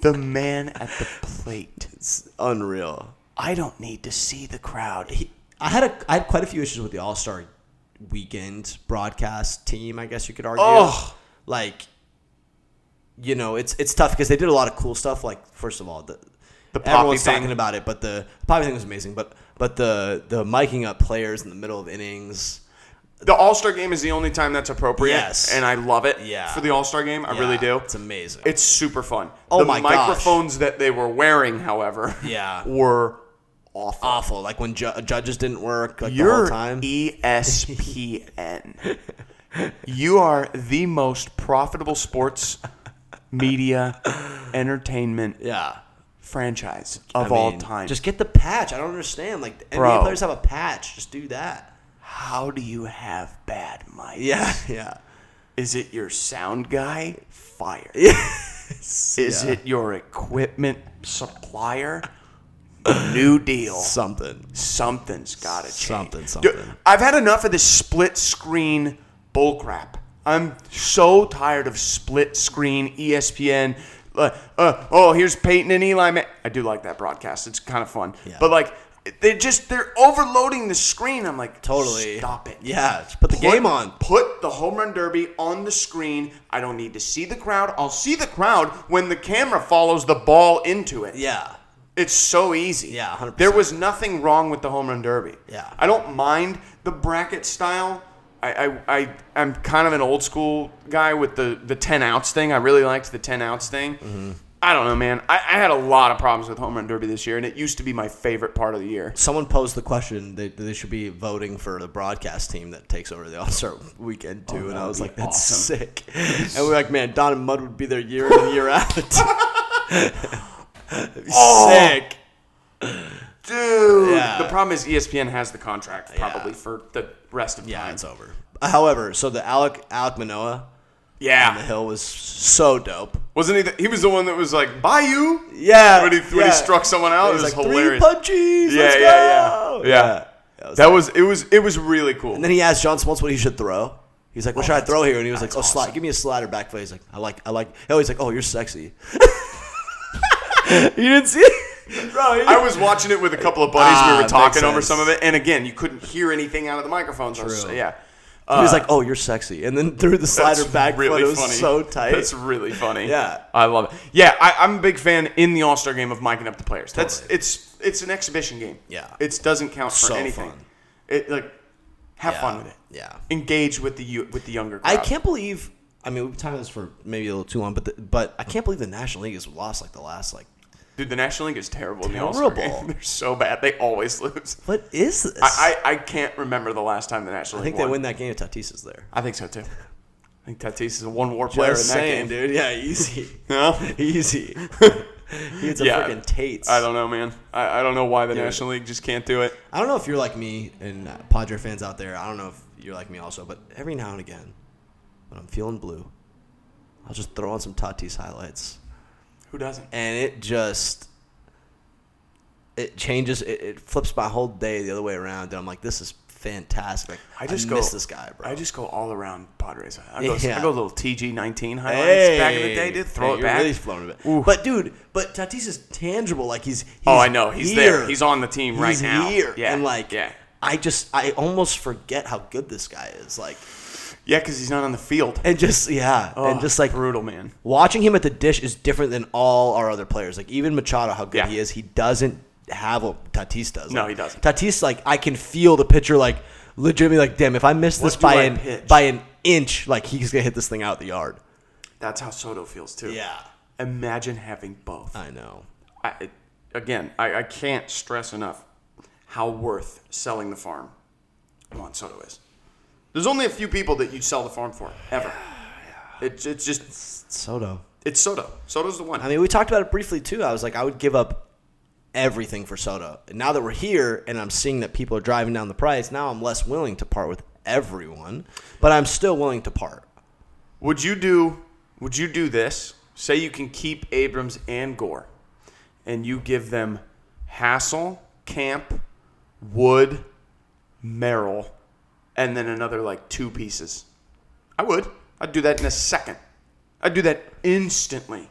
Speaker 4: The man at the plate.
Speaker 3: It's unreal.
Speaker 4: I don't need to see the crowd. He,
Speaker 3: I had a I had quite a few issues with the All Star Weekend broadcast team. I guess you could argue.
Speaker 4: Ugh.
Speaker 3: Like, you know, it's it's tough because they did a lot of cool stuff. Like, first of all, the
Speaker 4: The poppy
Speaker 3: everyone's
Speaker 4: thing.
Speaker 3: talking about it, but the poppy thing was amazing. But but the the miking up players in the middle of innings.
Speaker 4: the All Star game is the only time that's appropriate.
Speaker 3: Yes.
Speaker 4: And I love it
Speaker 3: Yeah.
Speaker 4: for the All Star game. I
Speaker 3: Yeah,
Speaker 4: really do.
Speaker 3: It's amazing.
Speaker 4: It's super fun.
Speaker 3: Oh
Speaker 4: the
Speaker 3: my gosh.
Speaker 4: microphones that they were wearing, however, *laughs*
Speaker 3: Yeah.
Speaker 4: were awful.
Speaker 3: awful. Like when ju- judges didn't work like the
Speaker 4: You're e
Speaker 3: whole time.
Speaker 4: ESPN. you are the most profitable sports *laughs* media entertainment
Speaker 3: yeah.
Speaker 4: franchise of
Speaker 3: I
Speaker 4: all
Speaker 3: mean,
Speaker 4: time.
Speaker 3: Just get the patch. I don't understand. Like the NBA
Speaker 4: Bro.
Speaker 3: players have a patch. Just do that.
Speaker 4: how do you have bad mic?
Speaker 3: Yeah, *laughs* yeah.
Speaker 4: Is it your sound guy? Fire. Is
Speaker 3: Is
Speaker 4: it your equipment supplier? New deal.
Speaker 3: something?
Speaker 4: Something's got to change.
Speaker 3: Something,
Speaker 4: Dude,
Speaker 3: something.
Speaker 4: I've had enough of this split screen bullcrap. I'm so tired of split screen E ESPN. Uh, uh, oh, here's Peyton and Eli. Ma- I do like that broadcast. It's kind of fun.
Speaker 3: Yeah.
Speaker 4: But like, they just they're overloading the screen. I'm like,
Speaker 3: Totally.
Speaker 4: Stop it.
Speaker 3: Yeah, just put the game on.
Speaker 4: Put the home run derby on the screen. I don't need to see the crowd. I'll see the crowd when the camera follows the ball into it.
Speaker 3: Yeah,
Speaker 4: It's so easy.
Speaker 3: Yeah, 100%.
Speaker 4: There was nothing wrong with the home run derby.
Speaker 3: Yeah.
Speaker 4: I don't mind the bracket style. I, I, I, I'm kind of an old school guy with the, the 10 ounce thing. I really liked the 10 ounce thing.
Speaker 3: Mm-hmm.
Speaker 4: I don't know, man. I, I had a lot of problems with home run derby this year, and it used to be my favorite part of the year.
Speaker 3: someone posed the question. They, they should be voting for the broadcast team that takes over the All Star Weekend too. and
Speaker 4: Oh, that
Speaker 3: I was
Speaker 4: would
Speaker 3: like,
Speaker 4: be
Speaker 3: that's
Speaker 4: awesome. *laughs*
Speaker 3: sick. And we are like, man, Don and Mud would be there year in and year out. *laughs* That'd be
Speaker 4: Oh!
Speaker 3: Sick.
Speaker 4: Dude.
Speaker 3: Yeah.
Speaker 4: The problem is E ESPN has the contract probably
Speaker 3: Yeah.
Speaker 4: for the rest of
Speaker 3: Yeah,
Speaker 4: time.
Speaker 3: it's over. However, so the Alec Alec Manoa on the *laughs*
Speaker 4: Yeah.
Speaker 3: hill was so dope.
Speaker 4: Wasn't he? The, he was the one that was like, "Bye you."
Speaker 3: Yeah,
Speaker 4: When he, when
Speaker 3: yeah.
Speaker 4: he struck someone out, it was
Speaker 3: He's like
Speaker 4: hilarious.
Speaker 3: three punches.
Speaker 4: yeah,
Speaker 3: let's
Speaker 4: yeah,
Speaker 3: go!"
Speaker 4: yeah, yeah,
Speaker 3: That was
Speaker 4: That was it. Was it was really cool.
Speaker 3: And then he asked John Smoltz what he should throw. He's like, "What should I throw here?" And he was like, "Oh, slide. Give me a slider back foot." He's like, "I like, I like." Oh, he's like, "Oh, you're sexy." you didn't see it, bro. you-
Speaker 4: I was watching it with a couple of buddies.
Speaker 3: Ah,
Speaker 4: we were
Speaker 3: makes
Speaker 4: talking over
Speaker 3: sense.
Speaker 4: some of it, and again, you couldn't hear anything out of the microphones. So,
Speaker 3: True.
Speaker 4: yeah,
Speaker 3: he was like, "Oh, you're sexy," and then threw the
Speaker 4: Uh, that's
Speaker 3: slider back foot. It was so tight.
Speaker 4: That's really funny.
Speaker 3: Yeah.
Speaker 4: I love it. Yeah, I, I'm a big fan in the All Star game of miking up the players. That's
Speaker 3: Totally.
Speaker 4: it's it's an exhibition game.
Speaker 3: Yeah.
Speaker 4: it doesn't count for
Speaker 3: So
Speaker 4: anything.
Speaker 3: fun.
Speaker 4: It like have
Speaker 3: Yeah,
Speaker 4: fun with it.
Speaker 3: yeah.
Speaker 4: engage with the you with the younger.
Speaker 3: I
Speaker 4: crowd.
Speaker 3: can't believe. I mean, we've been talking about this for maybe a little too long, but the, but I can't believe the National League has lost like the last like
Speaker 4: Dude, the National League is terrible. in the All-Star
Speaker 3: Terrible.
Speaker 4: game. *laughs* They're so bad. They always lose.
Speaker 3: What is this?
Speaker 4: I, I, I can't remember the last time the National
Speaker 3: I
Speaker 4: League
Speaker 3: think they
Speaker 4: won.
Speaker 3: win that game if Tatis is there.
Speaker 4: I think so too. I think Tatis is a one war player in that game.
Speaker 3: dude. Yeah,
Speaker 4: *laughs*
Speaker 3: easy.
Speaker 4: No?
Speaker 3: *laughs*
Speaker 4: *laughs*
Speaker 3: easy. He's a
Speaker 4: Yeah.
Speaker 3: freaking Tates.
Speaker 4: I don't know, man. I, I don't know why the National League just can't do it.
Speaker 3: I don't know if you're like me and uh, Padre fans out there. I don't know if you're like me also, but every now and again, when I'm feeling blue, I'll just throw on some Tatis highlights,
Speaker 4: Who doesn't?
Speaker 3: and it just it changes. It, it flips my whole day the other way around, and I'm like, this is fantastic.
Speaker 4: I just
Speaker 3: miss
Speaker 4: go,
Speaker 3: this guy, bro.
Speaker 4: I just go all around Padres. I go,
Speaker 3: Yeah.
Speaker 4: I go little TG nineteen highlights
Speaker 3: Hey,
Speaker 4: back in the day. Dude, throw
Speaker 3: hey,
Speaker 4: it
Speaker 3: you're
Speaker 4: back.
Speaker 3: Really flowing it back. But dude, but Tatis is tangible. Like he's, he's
Speaker 4: Oh, I know. He's there.
Speaker 3: here.
Speaker 4: He's on the team right
Speaker 3: He's
Speaker 4: now.
Speaker 3: Here.
Speaker 4: Yeah,
Speaker 3: and like
Speaker 4: yeah.
Speaker 3: I just I almost forget how good this guy is. Like
Speaker 4: yeah, because he's not on the field.
Speaker 3: and just yeah, and
Speaker 4: Oh,
Speaker 3: just like
Speaker 4: brutal, man.
Speaker 3: watching him at the dish is different than all our other players. Like even Machado, how good
Speaker 4: Yeah.
Speaker 3: he is, he doesn't have what Tatis does.
Speaker 4: No,
Speaker 3: Like,
Speaker 4: he doesn't.
Speaker 3: Tatis, like I can feel the pitcher, like legitimately, like damn, if I miss this
Speaker 4: do
Speaker 3: by
Speaker 4: I
Speaker 3: an
Speaker 4: pitch?
Speaker 3: by an inch, like he's gonna hit this thing out the yard.
Speaker 4: That's how Soto feels too.
Speaker 3: Yeah,
Speaker 4: Imagine having both.
Speaker 3: I know.
Speaker 4: I, it- again, I, I can't stress enough how worth selling the farm Juan Soto is. There's only a few people that you'd sell the farm for ever. It's it's just
Speaker 3: Soto.
Speaker 4: it's Soto. Soto's the one.
Speaker 3: I mean, we talked about it briefly too. I was like, I would give up everything for Soto. And now that we're here and I'm seeing that people are driving down the price, now I'm less willing to part with everyone, but I'm still willing to part.
Speaker 4: Would you do would you do this? Say you can keep Abrams and Gore and you give them Hassel, Camp, Wood, Merrill, and then another like two pieces. I would. I'd do that in a second. I'd do that instantly.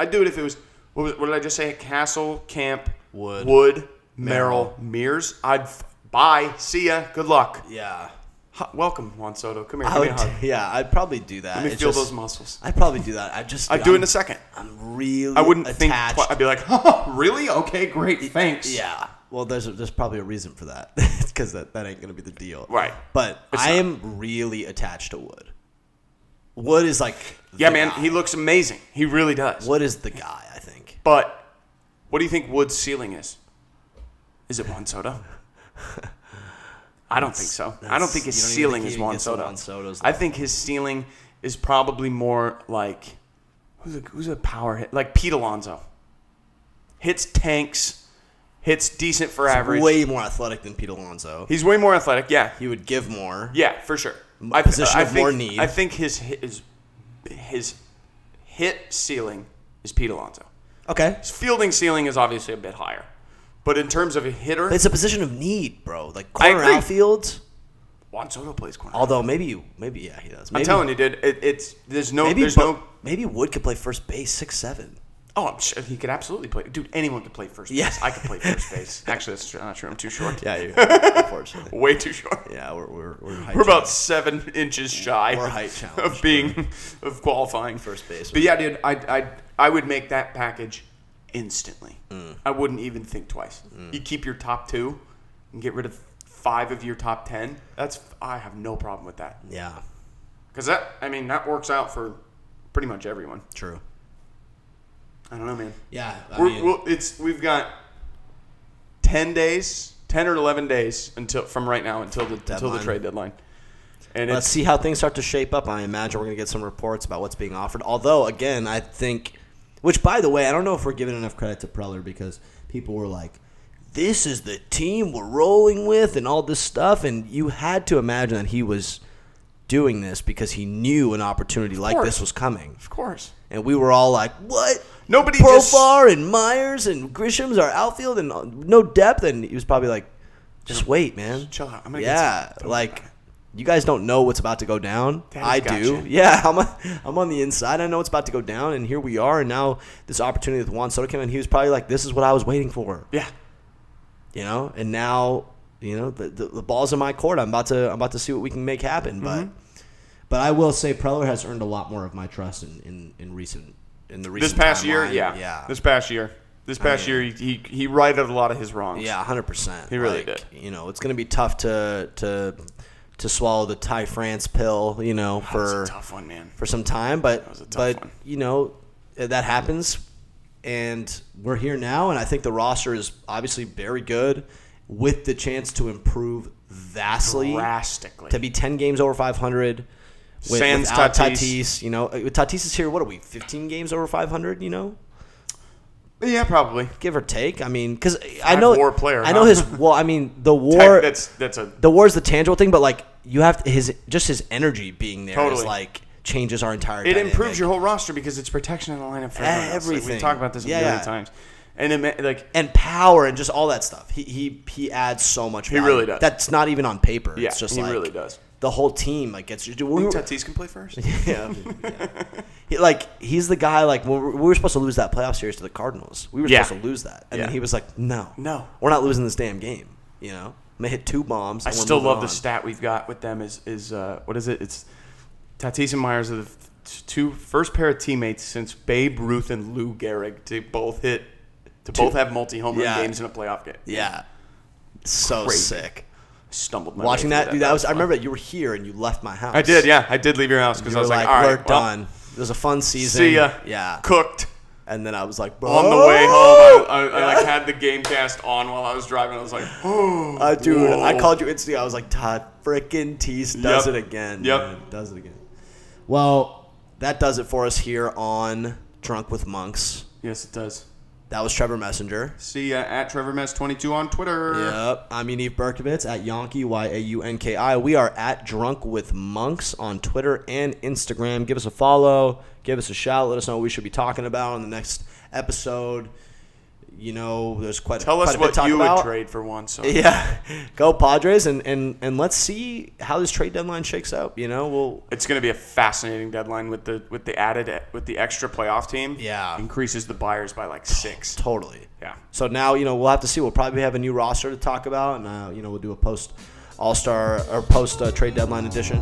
Speaker 4: I'd do it if it was what, was, what did I just say? Castle, Camp,
Speaker 3: Wood.
Speaker 4: Wood, Merrill, Mears. I'd f- bye, see ya, good luck.
Speaker 3: Yeah.
Speaker 4: H- welcome, Juan Soto. Come here,
Speaker 3: I
Speaker 4: give me
Speaker 3: would,
Speaker 4: a
Speaker 3: *laughs*
Speaker 4: hug.
Speaker 3: yeah, I'd probably do that.
Speaker 4: Let me
Speaker 3: It's
Speaker 4: feel
Speaker 3: just-
Speaker 4: those muscles.
Speaker 3: I'd probably do that. I just
Speaker 4: I'd do it in
Speaker 3: I'm-
Speaker 4: a second.
Speaker 3: I'm really
Speaker 4: I wouldn't think.
Speaker 3: attached.
Speaker 4: Twi- I'd be like, *laughs* oh, really? Okay, great. Thanks.
Speaker 3: Yeah. Well, there's a, there's probably a reason for that *laughs* because that, that ain't gonna be the deal,
Speaker 4: Right.
Speaker 3: But
Speaker 4: It's
Speaker 3: I
Speaker 4: not.
Speaker 3: am really attached to Wood. Wood is like
Speaker 4: Yeah,
Speaker 3: the
Speaker 4: man.
Speaker 3: guy.
Speaker 4: He looks amazing. He really does.
Speaker 3: Wood is the guy. I think
Speaker 4: But what do you think Wood's ceiling is? Is it Juan Soto? I don't think so. I don't
Speaker 3: that's-
Speaker 4: think his
Speaker 3: you don't even
Speaker 4: ceiling
Speaker 3: think
Speaker 4: is
Speaker 3: he
Speaker 4: Juan
Speaker 3: gets to
Speaker 4: Soto.
Speaker 3: Juan Soto's
Speaker 4: I think his ceiling is probably more like who's a, who's a power hit like Pete Alonso. Hits tanks, hits decent for average.
Speaker 3: way more athletic than Pete Alonso.
Speaker 4: He's way more athletic. Yeah,
Speaker 3: He would give more.
Speaker 4: Yeah, for sure.
Speaker 3: Position
Speaker 4: I
Speaker 3: of
Speaker 4: think,
Speaker 3: more need.
Speaker 4: I think his hit- his his hit ceiling is Pete Alonso.
Speaker 3: Okay.
Speaker 4: His fielding ceiling is obviously a bit higher, but in terms of a hitter,
Speaker 3: It's a position of need, bro. Like corner
Speaker 4: agree.
Speaker 3: outfield.
Speaker 4: Juan Soto plays corner.
Speaker 3: Although maybe you, maybe yeah, he does. Maybe,
Speaker 4: I'm telling you, dude, it, it's there's no
Speaker 3: maybe
Speaker 4: there's
Speaker 3: Bo-
Speaker 4: no.
Speaker 3: maybe Wood could play first base six seven.
Speaker 4: Oh, I'm sure he could absolutely play. Dude, anyone could play first base.
Speaker 3: Yeah.
Speaker 4: I could play first
Speaker 3: *laughs*
Speaker 4: base. Actually, that's not true. I'm too short.
Speaker 3: Yeah, you, unfortunately.
Speaker 4: Way too short.
Speaker 3: Yeah, we're we're we're,
Speaker 4: We're about seven inches shy
Speaker 3: We're height challenged.
Speaker 4: of being of qualifying
Speaker 3: First baseman.
Speaker 4: But yeah, dude, I I I would make that package instantly.
Speaker 3: Mm.
Speaker 4: I wouldn't even think twice. You keep your top two and get rid of five of your top ten. That's I have no problem with that
Speaker 3: Yeah,
Speaker 4: because that I mean that works out for pretty much everyone.
Speaker 3: true.
Speaker 4: I don't know, man.
Speaker 3: Yeah, I
Speaker 4: We're,
Speaker 3: mean,
Speaker 4: we'll, it's we've got ten days, ten or eleven days until from right now until the until the
Speaker 3: Deadline.
Speaker 4: trade deadline. And
Speaker 3: let's
Speaker 4: it's
Speaker 3: see how things start to shape up. I imagine we're gonna get some reports about what's being offered. Although, again, I think, which by the way, I don't know if we're giving enough credit to Preller because people were like, "This is the team we're rolling with," and all this stuff, and you had to imagine that he was doing this because he knew an opportunity like
Speaker 4: course.
Speaker 3: this was coming.
Speaker 4: of course
Speaker 3: And we were all like, "What?
Speaker 4: Nobody just-
Speaker 3: Profar and Myers and Grisham's our outfield and uh, no depth." And he was probably like, "Just wait, man.
Speaker 4: chill out. I'm gonna get
Speaker 3: yeah,
Speaker 4: some- don't worry
Speaker 3: like
Speaker 4: about it.
Speaker 3: you guys don't know what's about to go down.
Speaker 4: Daddy's
Speaker 3: I
Speaker 4: got
Speaker 3: do.
Speaker 4: you.
Speaker 3: *laughs* Yeah, I'm on, I'm on the inside. I know what's about to go down, and here we are. And now this opportunity with Juan Soto came, and he was probably like, "This is what I was waiting for,"
Speaker 4: yeah.
Speaker 3: you know. And now, you know, the, the, the ball's in my court. I'm about to I'm about to see what we can make happen.
Speaker 4: Mm-hmm.
Speaker 3: But but I will say, Preller has earned a lot more of my trust in in, in recent in the
Speaker 4: this
Speaker 3: recent
Speaker 4: past year,
Speaker 3: timeline.
Speaker 4: yeah,
Speaker 3: yeah,
Speaker 4: This past year, this past
Speaker 3: mean-
Speaker 4: year, he, he he righted a lot of his wrongs.
Speaker 3: Yeah, hundred percent.
Speaker 4: He really
Speaker 3: did. You know, it's gonna be tough to to to swallow the Thai France pill. You know,
Speaker 4: That was
Speaker 3: for
Speaker 4: a tough one, man.
Speaker 3: for some time, but
Speaker 4: was a tough
Speaker 3: but
Speaker 4: one.
Speaker 3: you know that happens. and we're here now. And I think the roster is obviously very good, with the chance to improve vastly,
Speaker 4: drastically.
Speaker 3: to be ten games over five hundred. With,
Speaker 4: Sans
Speaker 3: without
Speaker 4: Tatis.
Speaker 3: you know, Uh, Tatis is here. What are we? Fifteen games over five hundred, you know,
Speaker 4: yeah, probably.
Speaker 3: give or take. I mean, because I know
Speaker 4: war player,
Speaker 3: I know
Speaker 4: huh?
Speaker 3: his. Well, I mean,
Speaker 4: *laughs*
Speaker 3: the war.
Speaker 4: that's that's a
Speaker 3: the war is the tangible thing, but like you have to, his just his energy being there is
Speaker 4: Totally.
Speaker 3: like changes our entire.
Speaker 4: it improves your whole roster because it's protection in the lineup for everyone else. Like,
Speaker 3: Everything.
Speaker 4: we talk about this a
Speaker 3: Yeah,
Speaker 4: million
Speaker 3: yeah.
Speaker 4: times, and it, ma- like
Speaker 3: and power and just all that stuff. He he he adds so much. He
Speaker 4: really does.
Speaker 3: That's not even on paper.
Speaker 4: yeah,
Speaker 3: it's just
Speaker 4: he
Speaker 3: like
Speaker 4: really does.
Speaker 3: the whole team like gets. We were,
Speaker 4: *laughs* Tatis can play first.
Speaker 3: *laughs* yeah, yeah. He, like he's the guy. Like when we were- we were supposed to lose that playoff series to the Cardinals. We were
Speaker 4: Yeah.
Speaker 3: supposed to lose that, and
Speaker 4: Yeah.
Speaker 3: then he was like, "No,
Speaker 4: No.
Speaker 3: we're not losing this damn game." You know, I'm gonna hit two bombs.
Speaker 4: I
Speaker 3: and we're
Speaker 4: still
Speaker 3: moving
Speaker 4: love the
Speaker 3: on.
Speaker 4: stat we've got with them is is uh, what is it? It's Tatis and Myers are the f- two first pair of teammates since Babe Ruth and Lou Gehrig to both hit to both have multi home run
Speaker 3: Yeah.
Speaker 4: games in a playoff game.
Speaker 3: Yeah, so
Speaker 4: Crazy.
Speaker 3: sick.
Speaker 4: Stumbled my way
Speaker 3: Watching
Speaker 4: through
Speaker 3: that, dude, that was. I
Speaker 4: fun.
Speaker 3: remember you were here and you left my house.
Speaker 4: I did, yeah, I did leave your house because
Speaker 3: You
Speaker 4: I
Speaker 3: were
Speaker 4: was
Speaker 3: like,
Speaker 4: like, all right,
Speaker 3: we're
Speaker 4: well,
Speaker 3: done. It was a fun season.
Speaker 4: See ya.
Speaker 3: Yeah.
Speaker 4: Cooked.
Speaker 3: And then I was like, bro.
Speaker 4: On the way home, I, I, I like had the game cast on while I was driving. I was like,
Speaker 3: *laughs*
Speaker 4: oh,
Speaker 3: *gasps* Uh, dude, I
Speaker 4: Whoa.
Speaker 3: called you instantly. I was like, Todd, frickin' Tease does
Speaker 4: Yep.
Speaker 3: it again.
Speaker 4: Yep.
Speaker 3: man. Does it again. Well, that does it for us here on Drunk with Monks.
Speaker 4: yes, it does.
Speaker 3: That was Trevor Messenger.
Speaker 4: See ya at Trevor Mess 22 on Twitter.
Speaker 3: Yep. I'm Unique Berkovitz at Yonki, Y A U N K I. We are at Drunk with Monks on Twitter and Instagram. Give us a follow, give us a shout, let us know what we should be talking about on the next episode. You know, there's quite
Speaker 4: Tell
Speaker 3: quite
Speaker 4: us
Speaker 3: a bit to
Speaker 4: what
Speaker 3: talk
Speaker 4: you
Speaker 3: about.
Speaker 4: would trade for one.
Speaker 3: *laughs*
Speaker 4: So
Speaker 3: Yeah, go Padres, and, and and let's see how this trade deadline shakes out. You know, we'll
Speaker 4: it's going to be a fascinating deadline with the with the added with the extra playoff team.
Speaker 3: Yeah.
Speaker 4: increases the buyers by like six.
Speaker 3: totally.
Speaker 4: Yeah,
Speaker 3: So now you know we'll have to see. We'll probably have a new roster to talk about, and uh, you know we'll do a post All Star or post uh, trade deadline edition.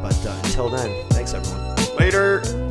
Speaker 3: But uh, until then, thanks everyone.
Speaker 4: later.